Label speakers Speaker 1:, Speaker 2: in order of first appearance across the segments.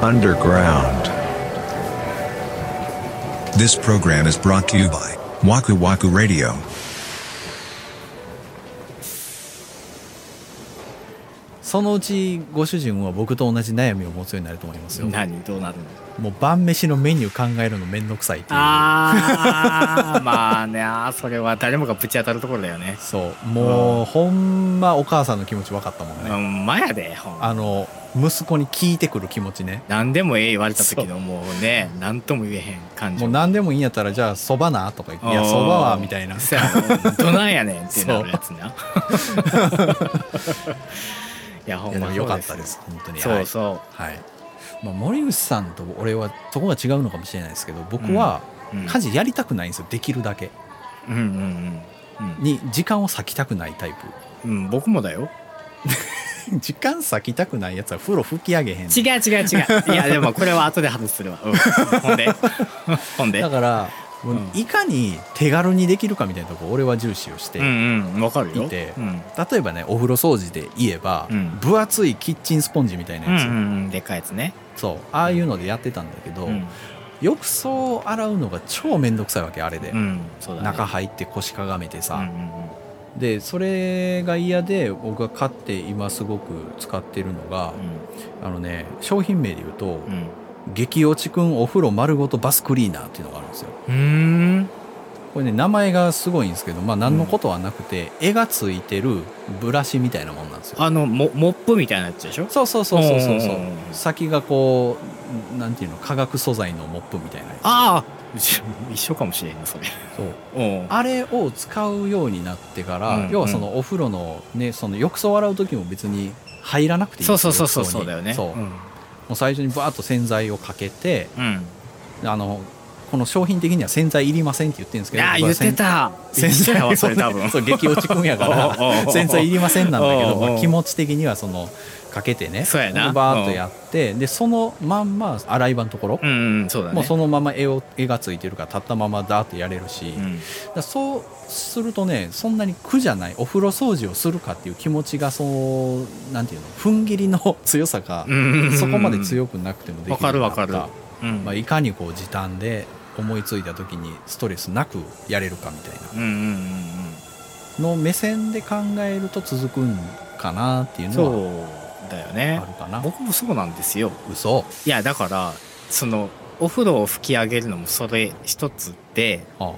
Speaker 1: underground.
Speaker 2: This program is brought to you by Waku Waku Radio.
Speaker 3: そのうちご主人は僕と同じ悩みを持つようになると思いますよ
Speaker 4: 何どうなるの
Speaker 3: もう晩飯のメニュー考えるのめんどくさいっていう
Speaker 4: ああまあねあーそれは誰もがぶち当たるところだよね
Speaker 3: そうもうほんまお母さんの気持ち分かったもん
Speaker 4: う
Speaker 3: ね
Speaker 4: んまやでほんま
Speaker 3: あの息子に聞いてくる気持ちね
Speaker 4: 何でもええ言われた時のもうね何とも言えへん感
Speaker 3: も
Speaker 4: 情
Speaker 3: う何でもいいんやったらじゃあそばなとか言って「いや
Speaker 4: うん
Speaker 3: そばは」みたいな
Speaker 4: そやろどないやねんってなるやつな いやほ
Speaker 3: い
Speaker 4: ん
Speaker 3: やでも
Speaker 4: ま
Speaker 3: 良かったです本当に
Speaker 4: そうそう
Speaker 3: はい、はいまあ、森口さんと俺はそこが違うのかもしれないですけど僕は
Speaker 4: うん
Speaker 3: 家事やりたくないんですよできるだけ
Speaker 4: うんうんうん
Speaker 3: に時間を割きたくないタイ
Speaker 4: うん、うん、僕もだよ
Speaker 3: プ時間割きたくないやつは風呂吹き上げへん
Speaker 4: 違う違う違ういやでもこれは後で外するわ、うん、ほ んでほんで
Speaker 3: だからもう
Speaker 4: うん
Speaker 3: いかに手軽にできるかみたいなとこ俺は重視をして、
Speaker 4: うんうんわかるよ
Speaker 3: いて
Speaker 4: うん
Speaker 3: 例えばねお風呂掃除で言えば、
Speaker 4: うん
Speaker 3: 分厚いキッチンスポンジみたいな
Speaker 4: うん
Speaker 3: やつ、
Speaker 4: うんうんでっかいやつね
Speaker 3: そうああいうのでやってたんだけど、
Speaker 4: うん
Speaker 3: 浴槽を洗うのが超めんどくさいわけあれで、
Speaker 4: うんそうだね
Speaker 3: 中入って腰かがめて
Speaker 4: うん
Speaker 3: さ、でそれが嫌で僕が買って今すごく使ってるのが、あのね商品名で言うと、
Speaker 4: うんうん
Speaker 3: 激落ちくんお風呂丸ごとバスクリーナーっていうのがあるんですよ
Speaker 4: うんう
Speaker 3: これね名前がすごいんですけどまあ何のことはなくて、絵がついてるブラシみたいなもんなんですよ
Speaker 4: ーんあのモモップみたいなやつでしょ
Speaker 3: そうそうそうそうそうそう
Speaker 4: うんうんうんうん
Speaker 3: 先がこうなんていうの化学素材のモップみたいなやつ
Speaker 4: ああ 一緒かもしれんなそれ
Speaker 3: そう
Speaker 4: うん
Speaker 3: あれを使うようになってから、
Speaker 4: うん
Speaker 3: 要はそのお風呂のねその浴槽を洗う時も別に入らなくていいん
Speaker 4: そう
Speaker 3: ですよ
Speaker 4: そうそうそう
Speaker 3: 浴槽に
Speaker 4: そうだよね
Speaker 3: そう、
Speaker 4: う
Speaker 3: も
Speaker 4: ん
Speaker 3: う最初にバーッと洗剤をかけて
Speaker 4: うん
Speaker 3: あのこの商品的には洗剤いりませんって言ってるんですけど
Speaker 4: ああ
Speaker 3: 僕
Speaker 4: 言
Speaker 3: は
Speaker 4: ってた
Speaker 3: 洗
Speaker 4: 一緒
Speaker 3: 剤
Speaker 4: や
Speaker 3: は
Speaker 4: わ
Speaker 3: そ
Speaker 4: そ
Speaker 3: れ
Speaker 4: れ
Speaker 3: 多
Speaker 4: 多
Speaker 3: 分
Speaker 4: 分
Speaker 3: そう激落ちくんやか
Speaker 4: おうおうお
Speaker 3: ら
Speaker 4: う
Speaker 3: 洗剤いりませんなんだけど、
Speaker 4: おうおう
Speaker 3: まあ気持ち的にはそのかけてね
Speaker 4: そうやな
Speaker 3: バーッとやってでそのまんま洗い場のところ、
Speaker 4: うんうんそうだね
Speaker 3: もうそのまま絵を絵がついてるから立ったままだーってやれるし、
Speaker 4: う
Speaker 3: だか
Speaker 4: ん
Speaker 3: らそうするとねそんなに苦じゃないお風呂掃除をするかっていう気持ちがそうなんていうの踏ん切りの強さが
Speaker 4: うんうんうんうん
Speaker 3: そこまで強くなくてもできるようになった
Speaker 4: わかるわかうん
Speaker 3: まあ、いかにこう時短で思いついた時にストレスなくやれるかみたいな。
Speaker 4: うんうんうんうん
Speaker 3: の目線で考えると続くんかなっていうのは
Speaker 4: そうだよ
Speaker 3: あ
Speaker 4: ね
Speaker 3: るかな
Speaker 4: 僕もそうなんですよ
Speaker 3: 嘘
Speaker 4: いやだからそのお風呂を吹き上げるのもそれ一つで
Speaker 3: あ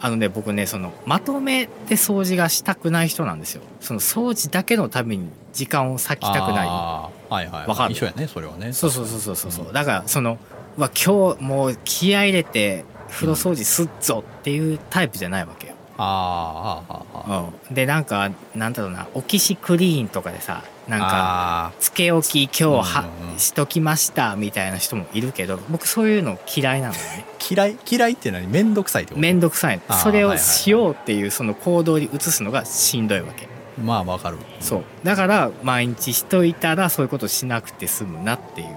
Speaker 4: あのね僕ねそのまとめて掃除がしたくない人なんですよその掃除だけのために時間を割きたくな
Speaker 3: あーはいはい
Speaker 4: わかる
Speaker 3: 一緒やねそれはね
Speaker 4: いそうそうそうそうそうそうだからそのうわ今日もう気合い入れて風呂掃除すっぞっていうタイプじゃないわけよ、
Speaker 3: あーあーあーあー
Speaker 4: うん、でなんかなんだろうなオキシクリーンとかでさなんか
Speaker 3: あ
Speaker 4: つけ置き今日は、
Speaker 3: うんうんうん
Speaker 4: しときましたみたいな人もいるけど僕そういうの嫌いなのね
Speaker 3: ー嫌い嫌いって何めんどくさいってこと
Speaker 4: 面倒くさい
Speaker 3: あー
Speaker 4: それ
Speaker 3: はいはい
Speaker 4: を
Speaker 3: はい
Speaker 4: しようっていうその行動に移すのがしんどいわけ
Speaker 3: まあわかる
Speaker 4: そうだから毎日しといたらそういうことしなくて済むなっていう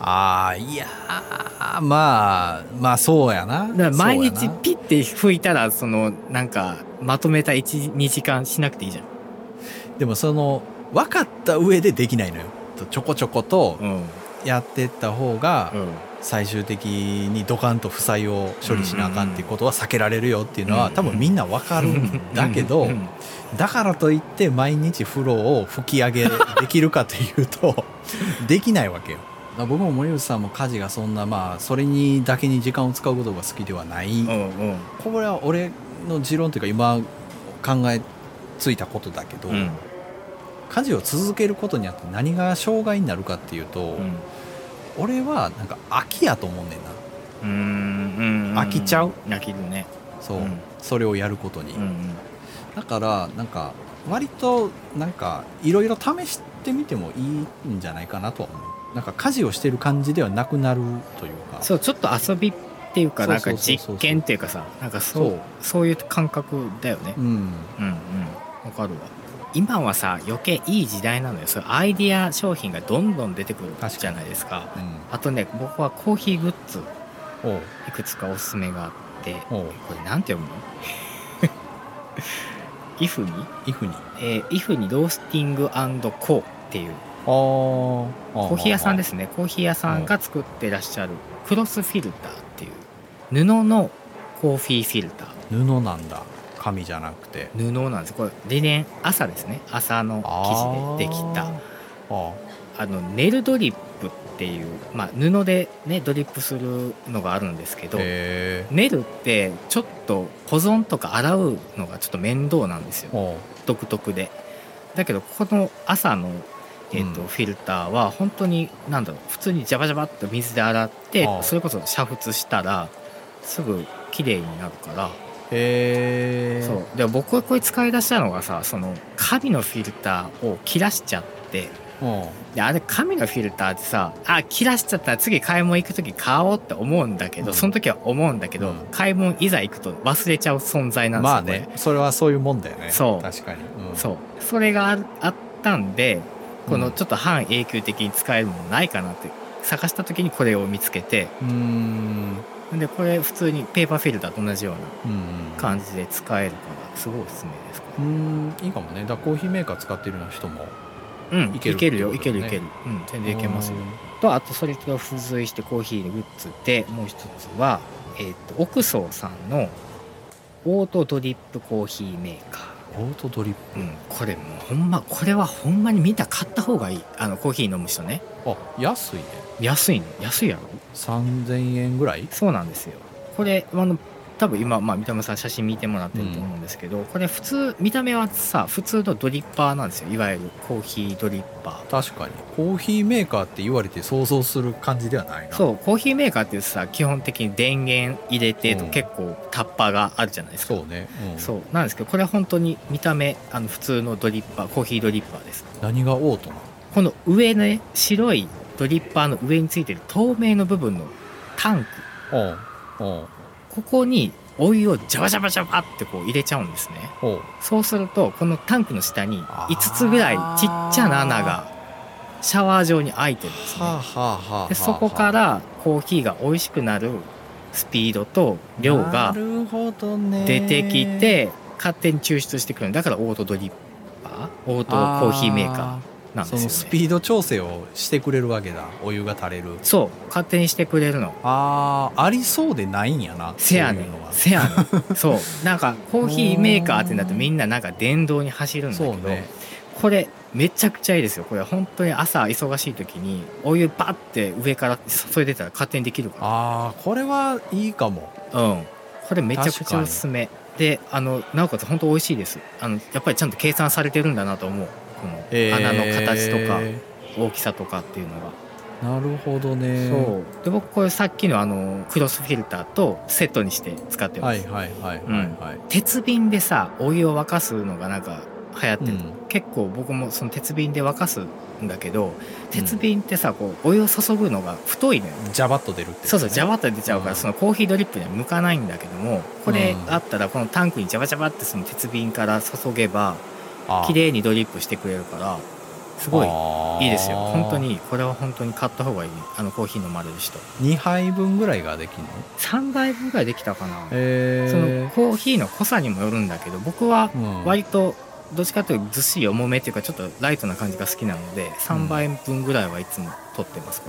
Speaker 3: ああいやーまあまあそうやな
Speaker 4: だから毎
Speaker 3: そう
Speaker 4: 日
Speaker 3: やな
Speaker 4: ピッて拭いたらそのなんかまとめた12時間しなくていいじゃん
Speaker 3: でもその分かった上でできないのよちょこちょこと
Speaker 4: うん
Speaker 3: やってった方が
Speaker 4: うん
Speaker 3: 最終的にドカンと負債を処理しなあかんっていうことは避けられるよっていうの
Speaker 4: うん
Speaker 3: は
Speaker 4: うん
Speaker 3: 多分みんなわかるんだけど
Speaker 4: うん
Speaker 3: だからといって毎日風呂を吹き上げできるかという とできないわけよ。だから僕も森内さんも家事がそんなまあそれにだけに時間を使うことが好きではない、
Speaker 4: うんうん
Speaker 3: これは俺の持論というか今考えついたことだけど、
Speaker 4: うん
Speaker 3: 家事を続けることによって何が障害になるかっていうと、
Speaker 4: うん
Speaker 3: 俺はなんか飽きやと思うねんな
Speaker 4: うんうん
Speaker 3: 飽きちゃう
Speaker 4: 飽きるね
Speaker 3: そう、
Speaker 4: うん
Speaker 3: それをやることに。
Speaker 4: うんうん
Speaker 3: だからなんか割となんかいろいろ試してみてもいいんじゃないかなとは思うなんか家事をしてる感じではなくなるというか
Speaker 4: そうちょっと遊びっていうか
Speaker 3: そう
Speaker 4: なん
Speaker 3: そう
Speaker 4: か
Speaker 3: そうそう
Speaker 4: 実験っていうかさなんかそう
Speaker 3: そ
Speaker 4: そういう感覚だよね
Speaker 3: う、うん、
Speaker 4: うんうんわかるわ今はさ余計いい時代なのよそういうアイディア商品がどんどん出てくるじゃないですか
Speaker 3: うん、
Speaker 4: あとね僕はコーヒーグッズ
Speaker 3: おう
Speaker 4: いくつかおすすめがあってこ
Speaker 3: おう
Speaker 4: れなんて読むの イフに、
Speaker 3: イフに
Speaker 4: えーイフにロースティングコーっていう
Speaker 3: コ
Speaker 4: コーヒー屋さんですすねコーヒー屋さんが作ってらっしゃるクロスフィルターっていう布のコーヒーフィルター
Speaker 3: 布なんだ紙じゃなくて
Speaker 4: 布なんですこれリネン朝ですね朝の生地でできた
Speaker 3: あーあ
Speaker 4: あのネルドリップっていう、まあ、布でねドリップするのがあるんですけど、
Speaker 3: へえ
Speaker 4: ネルってちょっと保存とか洗うのがちょっと面倒なんですよ
Speaker 3: おう
Speaker 4: 独特でだけどここの朝の、えーと
Speaker 3: うん
Speaker 4: フィルターは本当になんだろう普通にジャバジャバっと水で洗って
Speaker 3: ああ
Speaker 4: それこそ煮沸したらすぐ綺麗になるから
Speaker 3: へえ
Speaker 4: そうで僕がこれ使い出したのがさその紙のフィルターを切らしちゃって
Speaker 3: おう
Speaker 4: であれ紙のフィルターってさあ切らしちゃったら次買い物行く時買おうって思うんだけど、
Speaker 3: うん
Speaker 4: その時は思うんだけど、
Speaker 3: うん
Speaker 4: 買い物いざ行くと忘れちゃう存在なんですよ
Speaker 3: まあねそれはそういうもんだよね
Speaker 4: そう
Speaker 3: 確かに、う
Speaker 4: これ
Speaker 3: ん、
Speaker 4: そうそれがああったんでこ
Speaker 3: う
Speaker 4: の
Speaker 3: ん
Speaker 4: ちょっと半永久的に使えるものないかなって探した時にこれを見つけて
Speaker 3: うーん
Speaker 4: でこれ普通にペーパーフィルターと同じような
Speaker 3: うん
Speaker 4: 感じで使えるからすごいおすすめですこ
Speaker 3: う
Speaker 4: れ
Speaker 3: んいいかもねだからコーヒーメーカー使ってるような人も
Speaker 4: うん
Speaker 3: い
Speaker 4: い
Speaker 3: け
Speaker 4: け
Speaker 3: る
Speaker 4: るよ
Speaker 3: っ
Speaker 4: い
Speaker 3: てこと
Speaker 4: けるい
Speaker 3: だね
Speaker 4: けるうん全然いけますよとあとそれと付随してコーヒーのグッズでもう一つは、えー、と奥荘さんのオートドリップコーヒーメーカー
Speaker 3: オートドリップ
Speaker 4: うん、これもうほんまこれはほんまにみんな買った方がいいあのコーヒー飲む人ね
Speaker 3: あ安いね
Speaker 4: 安いの安いやろ
Speaker 3: 3000円ぐらい
Speaker 4: そうなんですよこれあの多分今、まあ、三田村さん写真見てもらってると思うんですけど、これ普通見た目はさ普通のドリッパーなんですよいわゆるコーヒードリッパー
Speaker 3: 確かにコーヒーメーカーって言われて想像する感じではないな
Speaker 4: そうコーヒーメーカーってさ基本的に電源入れてと
Speaker 3: うん
Speaker 4: 結構タッパーがあるじゃないですか、
Speaker 3: そうね、うん、
Speaker 4: そうなんですけどこれは本当に見た目あの普通のドリッパーコーヒードリッパーです
Speaker 3: 何がオートな
Speaker 4: この上ね白いドリッパーの上についてる透明の部分のタンク
Speaker 3: のおう
Speaker 4: ここにお湯をジャバジャバジャバってこう入れちゃうんですね
Speaker 3: おうおう
Speaker 4: そうするとこのタンクの下に
Speaker 3: あー
Speaker 4: 5つぐらいちっちゃな穴がシャワー状に開いてるんです
Speaker 3: はあ
Speaker 4: ね
Speaker 3: はあはあはあ
Speaker 4: でそこからコーヒーが美味しくなるスピードと量
Speaker 3: な
Speaker 4: が
Speaker 3: るほどね
Speaker 4: 出てきて勝手に抽出してくるだからオートドリッパーオートコーヒーメーカーなんです
Speaker 3: そ
Speaker 4: よ、ね、
Speaker 3: のスピード調整をしてくれるわけだお湯が垂れる
Speaker 4: そう勝手にしてくれるの
Speaker 3: あーありそうでないんやな
Speaker 4: せや
Speaker 3: そ
Speaker 4: ね
Speaker 3: ういうの
Speaker 4: ん
Speaker 3: は
Speaker 4: せ やねんそうなんかコーヒーメーカーってなってみんななんか電動に走るんだけ
Speaker 3: そ
Speaker 4: ど、
Speaker 3: うね
Speaker 4: これめちゃくちゃいいですよこれ本当に朝忙しい時にお湯バッて上から注いでたら勝手にできるか
Speaker 3: ああこれはいいかも
Speaker 4: らうんこれめちゃくちゃおすすめであのなおかつ本当美味しいですあのやっぱりちゃんと計算されてるんだなと思うこの
Speaker 3: えー
Speaker 4: 穴の形とか大きさとかっていうの
Speaker 3: な
Speaker 4: が、
Speaker 3: るほどね
Speaker 4: そうで僕これさっきのあのクロスフィルターとセットにして使ってま
Speaker 3: は
Speaker 4: す、
Speaker 3: いはいはいはいはい
Speaker 4: 鉄瓶でさお湯を沸かすのがなんか流行ってる、
Speaker 3: うん
Speaker 4: 結構僕もその鉄瓶で沸かすんだけど鉄瓶ってさこうお湯を注ぐのが太いのよ、
Speaker 3: ジャバッと出るってやつね
Speaker 4: そうそうジャバッと出ちゃうから、
Speaker 3: うん
Speaker 4: そのコーヒードリップには向かないんだけどもこれ
Speaker 3: うん
Speaker 4: あったらこのタンクにジャバジャバってその鉄瓶から注げば
Speaker 3: あー
Speaker 4: 綺麗にドリップしてくれるからすごい
Speaker 3: あー
Speaker 4: いいですよ本当にこれは本当に買った方がいいあのコーヒー飲まれる人
Speaker 3: 2杯分ぐらいができるの
Speaker 4: 3杯分ぐらいできたかな、その
Speaker 3: え
Speaker 4: コーヒーの濃さにもよるんだけど僕は
Speaker 3: ーうん
Speaker 4: 割とどっちかというとずっしり重めっていうかちょっとライトな感じが好きなので3倍分ぐらいはいつも取ってますこ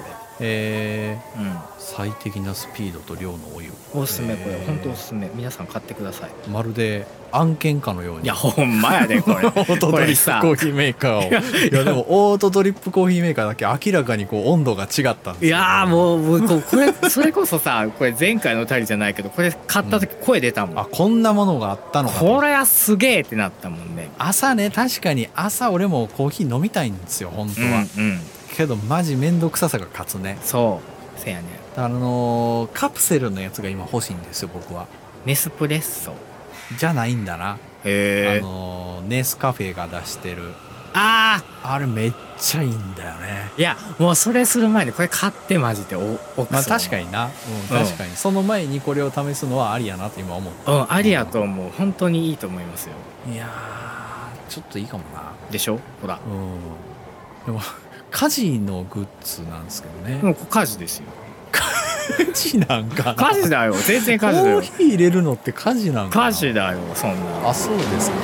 Speaker 3: えー
Speaker 4: れ、
Speaker 3: 最適なスピードと量のお湯
Speaker 4: うん、おすすめこれ
Speaker 3: えー
Speaker 4: 本当おすすめ皆さん買ってください
Speaker 3: まるで案件かのように
Speaker 4: いやほんまやで これ
Speaker 3: オートドリップコー
Speaker 4: こ
Speaker 3: ヒーメーカーを いやでもオートドリップコーヒーメーカーだけ明らかにこう温度が違ったんです
Speaker 4: れいやー
Speaker 3: う
Speaker 4: もうもうここれ それこそさこれ前回のお便りじゃないけどこれ買った時声出たもん、
Speaker 3: あこんなものがあったのかと
Speaker 4: これはすげえってなったもんね
Speaker 3: 朝ね確かに朝俺もコーヒー飲みたいんですよ本当
Speaker 4: う
Speaker 3: は、
Speaker 4: んうん
Speaker 3: けどマジ面倒くささが勝つね
Speaker 4: そうせやね
Speaker 3: あのーカプセルのやつが今欲しいんですよ僕は
Speaker 4: ネスプレッソ
Speaker 3: じゃないんだな、
Speaker 4: へ
Speaker 3: あのーネスカフェが出してる
Speaker 4: あー
Speaker 3: あれめっちゃいいんだよね
Speaker 4: いやもうそれする前にこれ買ってマジでお奥
Speaker 3: まあ
Speaker 4: さん
Speaker 3: 確かにな、うん
Speaker 4: うん
Speaker 3: 確かにその前にこれを試すのはありやなと今思っ
Speaker 4: うん、ありやと思う。本当にいいと思いますよ。
Speaker 3: たいやーちょっといいかもな
Speaker 4: でしょほら。
Speaker 3: うんでも家事のグッズなんですけどね、
Speaker 4: もうこれ家事ですよ。
Speaker 3: 家事なんかな
Speaker 4: 家事だよ。全然
Speaker 3: コ
Speaker 4: 家事だ
Speaker 3: ー
Speaker 4: よ。
Speaker 3: ヒー入れるのって家事なんかな
Speaker 4: 家事だよ、そんな。
Speaker 3: あそうですか